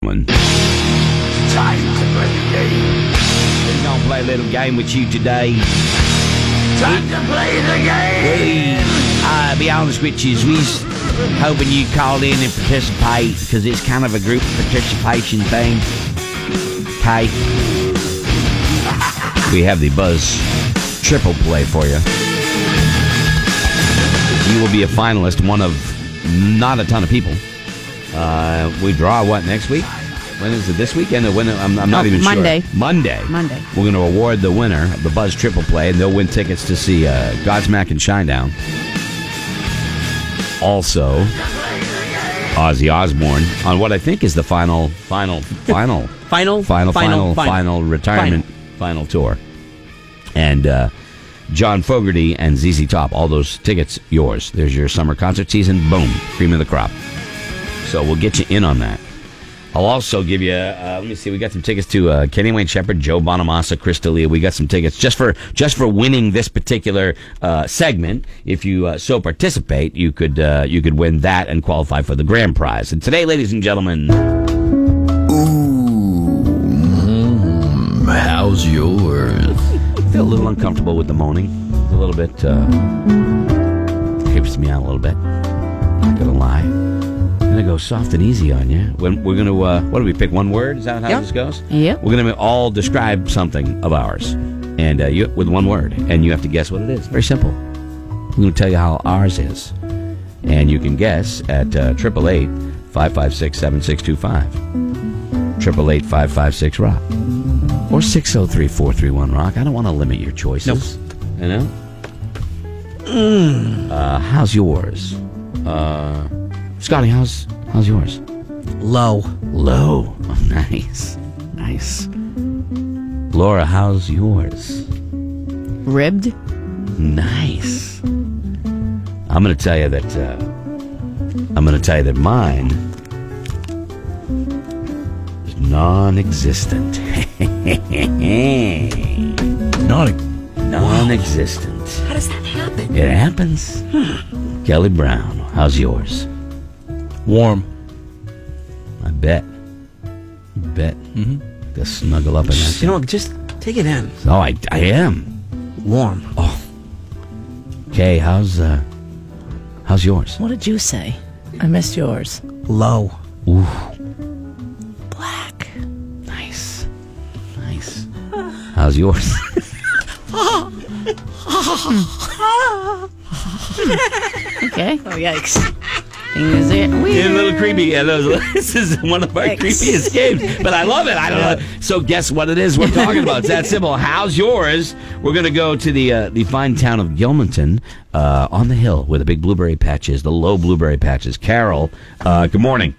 one. Time to play the game. We're going to play a little game with you today. Time to play the We, game. uh, be honest with you, we's hoping you call in and participate because it's kind of a group participation thing. Okay. We have the Buzz triple play for you. You will be a finalist, one of not a ton of people. Uh, we draw what next week? When is it? This weekend? Or when? I'm, I'm not Oh, even sure. Monday. Monday. Monday. We're going to award the winner of the Buzz Triple Play, and they'll win tickets to see uh, Godsmack and Shinedown. Also, Ozzy Osbourne on what I think is the final, final, final, final, Final, final, final, final, final. retirement, final tour. And uh, John Fogerty and ZZ Top, all those tickets yours. There's your summer concert season. Boom, cream of the crop. So we'll get you in on that. I'll also give you. Uh, let me see. We got some tickets to uh, Kenny Wayne Shepherd, Joe Bonamassa, Chris D'Elia. We got some tickets just for just for winning this particular uh, segment. If you uh, so participate, you could uh, you could win that and qualify for the grand prize. And today, ladies and gentlemen, How's yours? I feel a little uncomfortable with the moaning. It's a little bit uh, creeps me out a little bit. Not gonna lie. I'm gonna go soft and easy on you. When we're gonna uh, what do we pick? One word? Is that how Yeah. this goes? Yeah. We're gonna all describe something of ours, and uh, you with one word, and you have to guess what it is. Very simple. We're gonna tell you how ours is, and you can guess at uh, triple eight five five six seven six two five. Triple eight five five six rock or 603-431 rock. I don't want to limit your choices. You know? Uh, how's yours? Uh, Scotty, how's how's yours? Low. Low. Oh, nice. Nice. Laura, how's yours? Ribbed. Nice. I'm going to tell you that uh, I'm going to tell you that mine is non-existent. Not non-existent. How does that happen? It happens. Kelly Brown, how's yours? Hmm. warm. I bet. Bet. Mm-hmm. Just snuggle up in that. You know, just take it in. oh, I, I am. Warm. Okay, how's uh, how's yours? What did you say? I missed yours. Low. Ooh, Black. nice, nice. How's yours? Okay. Oh, yikes. Is it It's a weird? little creepy. and those- This is one of our Thanks. creepiest games, but I love it. I Uh, don't know. So guess what it is we're talking about? It's that simple. How's yours? We're going to go to the uh, the fine town of Gilmanton uh, on the hill where the big blueberry patch is, the low blueberry patches. Carol, uh, good morning.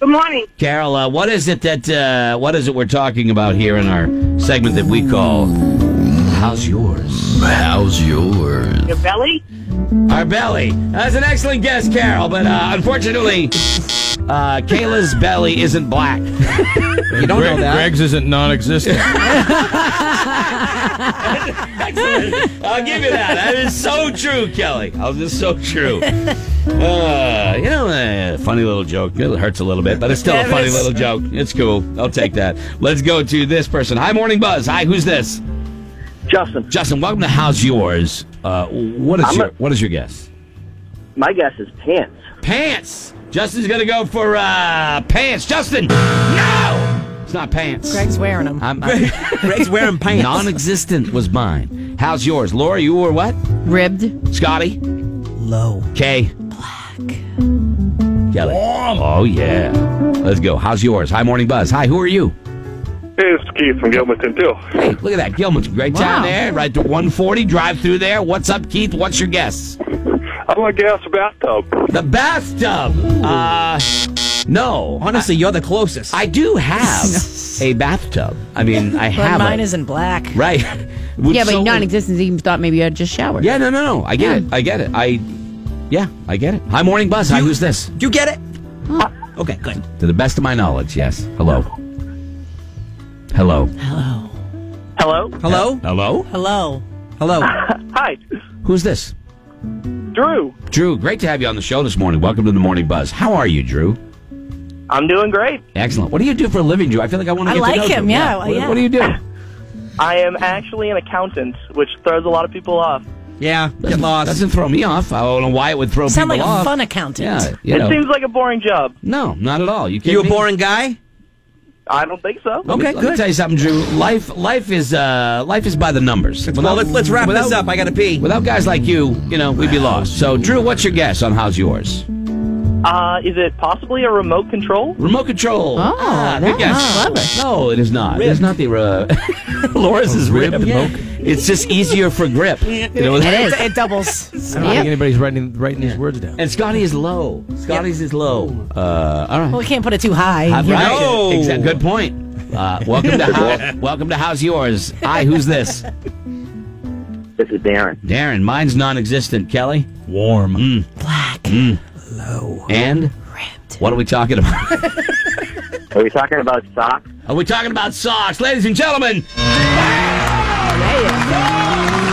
Good morning. Carol, uh, what is it that uh, what is it we're talking about here in our segment that we call How's Yours? How's yours? Your belly? Our belly. That's an excellent guess, Carol, but uh, unfortunately, uh, Kayla's belly isn't black. You don't know that. Greg's isn't non-existent. I'll give you that. That is so true, Kelly. That is so true. Uh, you know, uh, funny little joke. It hurts a little bit, but it's still a funny little joke. It's cool. I'll take that. Let's go to this person. Hi, Morning Buzz. Hi, who's this? Justin, Justin, welcome to How's Yours. Uh, what is I'm your a- What is your guess? my guess is pants. Pants. Justin's gonna go for uh, pants. Justin, no, it's not pants. Greg's wearing them. I'm, i Greg's wearing pants. non-existent was mine. How's yours, Laura? You were what? Ribbed. Scotty. Low. K. Black. Kelly. Oh, yeah. Let's go. How's yours? Hi, Morning Buzz. Hi, who are you? Hey, it's Keith from Gilmanton, too. Hey, look at that. Gilman's great town Wow. there. Right to 140, drive through there. What's up, Keith? What's your guess? I'm going to gas a bathtub. The bathtub. Uh, no. Honestly, you're the closest. I do have a bathtub. I mean, I But have mine a- is in black. Right. Would- Yeah, but so- non-existent. You thought maybe you had just showered. Yeah, no, no, no. I get it. I get it. I, yeah, I get it. Hi, Morning Buzz. Hi, who's this? you get it? Okay, good. To the best of my knowledge, yes. Hello. Hello. Hello? Hello? Ah. Hello? Hello. Hello. Hi, Who's this? Drew. Drew, great to have you on the show this morning. Welcome to the Morning Buzz. How are you, Drew? I'm doing great. Excellent. What do you do for a living, Drew? I feel like I want to I get like to know him, you. yeah, What, yeah. what do you do? I am actually an accountant, which throws a lot of people off. Yeah, get lost. Doesn't throw me off. I don't know why it would throw Sound people like a off. fun accountant. Yeah, you It know. seems like a boring job. No, not at all. You You a boring guy? I don't think so. Let me- Let me tell you something, Drew. Life, life is, uh, life is by the numbers. well, let's- let's wrap this up. I gotta pee. Without guys like you, you know, we'd be lost. So, Drew, what's your guess on how's yours? Uh, is it possibly a remote control? Remote control. Oh, Ah, good that's guess. No, it is not. It is not the. Uh, Laura's is ripped. Yeah. It's just easier for grip. You know, It doubles. I don't think anybody's writing writing these words down. And Scotty is low. Scotty's is low. Uh, all right. Well, we can't put it too high. Have you right. know? Exa- Good point. Uh, welcome to how, welcome to how's yours. Hi, who's this? This is Darren. Darren, mine's non-existent. Kelly, warm, black, low, and ripped. What are we talking about? Are we talking about socks? Are we talking about socks, ladies and gentlemen?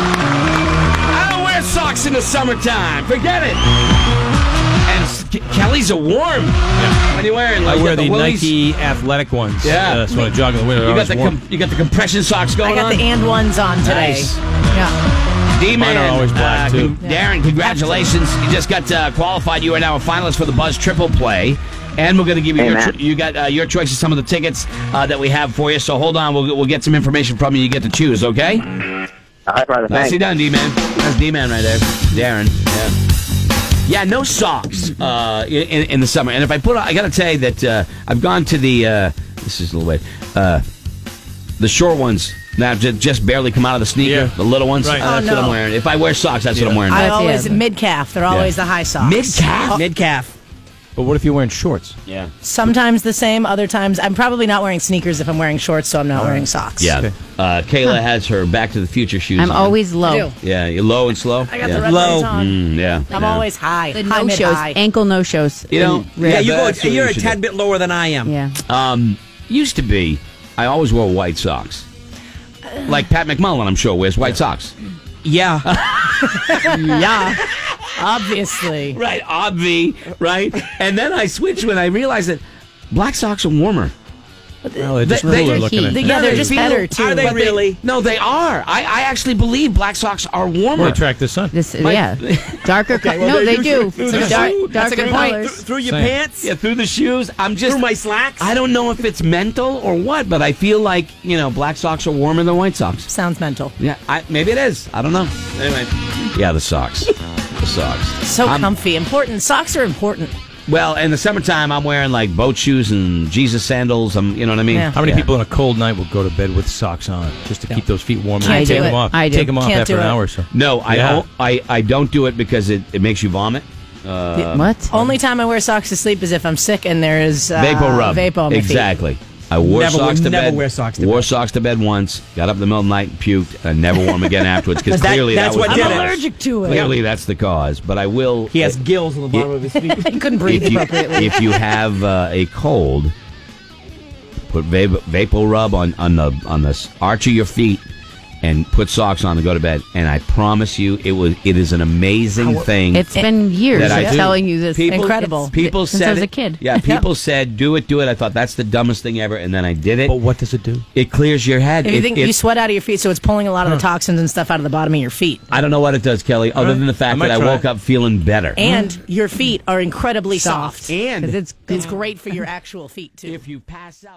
I don't wear socks in the summertime. Forget it. And s- Ke- Kelly's a warm. What are you wearing? Like, I you wear got the Woolies? Nike athletic ones. Yeah. uh, so when I jog in the winter. You got the com- you got the compression socks going I got on. the and ones on today. Nice. Yeah. D-Man, Mine are always black, uh, too. con- Darren, congratulations! You just got uh, qualified. You are now a finalist for the Buzz Triple Play, and we're going to give you your Amen. cho- you got uh, your choice of some of the tickets uh, that we have for you. So hold on, we'll, we'll get some information from you. You get to choose, okay? All right, brother. Nicely done, D-Man. That's D-Man right there, Darren. Yeah, yeah. No socks uh, in, in the summer. And if I put, on, I got to tell you that uh, I've gone to the. Uh, this is a little way. Uh, the short ones now just, just barely come out of the sneaker. The little ones. Right. uh, Oh, that's what no. I'm wearing. If I wear socks, that's what I'm wearing. I Oh. always mid calf. They're always the high socks. Mid-calf? Mid calf. But what if you're wearing shorts? Yeah. Sometimes the same. Other times, I'm probably not wearing sneakers if I'm wearing shorts, so I'm not wearing socks. Oh. Yeah. Uh, Kayla has her Back to the Future shoes. I'm on. always low. I do. Yeah, you're low and slow. I got the Yeah. red Low. lights on. Mm, yeah. I'm yeah. always high. The high no mid shows, high. ankle no shows. You know, Yeah, you go. that's what You're you a should tad bit lower than I am. Yeah. Um, used to be, I always wore white socks. Like Pat McMullen, I'm sure wears white socks. Yeah. yeah. Obviously. Right, obvi, right? And then I switched when I realized that black socks are warmer. Well, they're just They- they- cooler looking. I they- think. No, they feel- Are they But really? no, they are. I, I actually believe black socks are warmer. They attract the sun. This, My- yeah, darker. Okay, co- well, no, they're they usually do. through Some the dark, shoe. darker colors. Through your Same. pants? Yeah, through the shoes. I'm just Through my slacks? I don't know if it's mental or what, but I feel like you know black socks are warmer than white socks. Sounds mental. Yeah, I, maybe it is. I don't know. Anyway, yeah, the socks, the socks. So I'm- Um, comfy. Important. Socks are important. Well, in the summertime, I'm wearing like boat shoes and Jesus sandals. I'm, you know what I mean. Yeah. How many Yeah. people on a cold night will go to bed with socks on just to keep those feet warm? Can't and do take it. them off. I do. Take them off Can't after do an it. hour or so. No, I Yeah. don't. I, I don't do it because it, it makes you vomit. Uh, what? Only time I wear socks to sleep is if I'm sick and there is uh, Vapor rub. Vapor on my feet. exactly. I wore Never- socks to never bed. wear socks to wore bed. socks to bed once. Got up in the middle of the night and puked. I never wore them again afterwards because 'Cause that- clearly that's that was what the did it. cause. Allergic to it. Clearly that's the cause. But I will. He has gills on the bottom of his feet. I couldn't breathe if you, appropriately. if you have uh, a cold, put va- vapor rub on on the on the s- arch of your feet and put socks on and go to bed. And I promise you, it was it is an amazing thing. It's been years that I of do. telling you this. People- Incredible. people since said I was it- a kid. Yeah, people said do it, do it. I thought that's the dumbest thing ever, and then I did it. But what does it do? It clears your head. If you It- think it- you sweat out of your feet, so it's pulling a lot of the toxins and stuff out of the bottom of your feet. I don't know what it does, Kelly, other right. than the I fact might that I try woke it. up feeling better. And your feet are incredibly soft. Mm-hmm. and Because it's It's great for your actual feet too. if you pass out.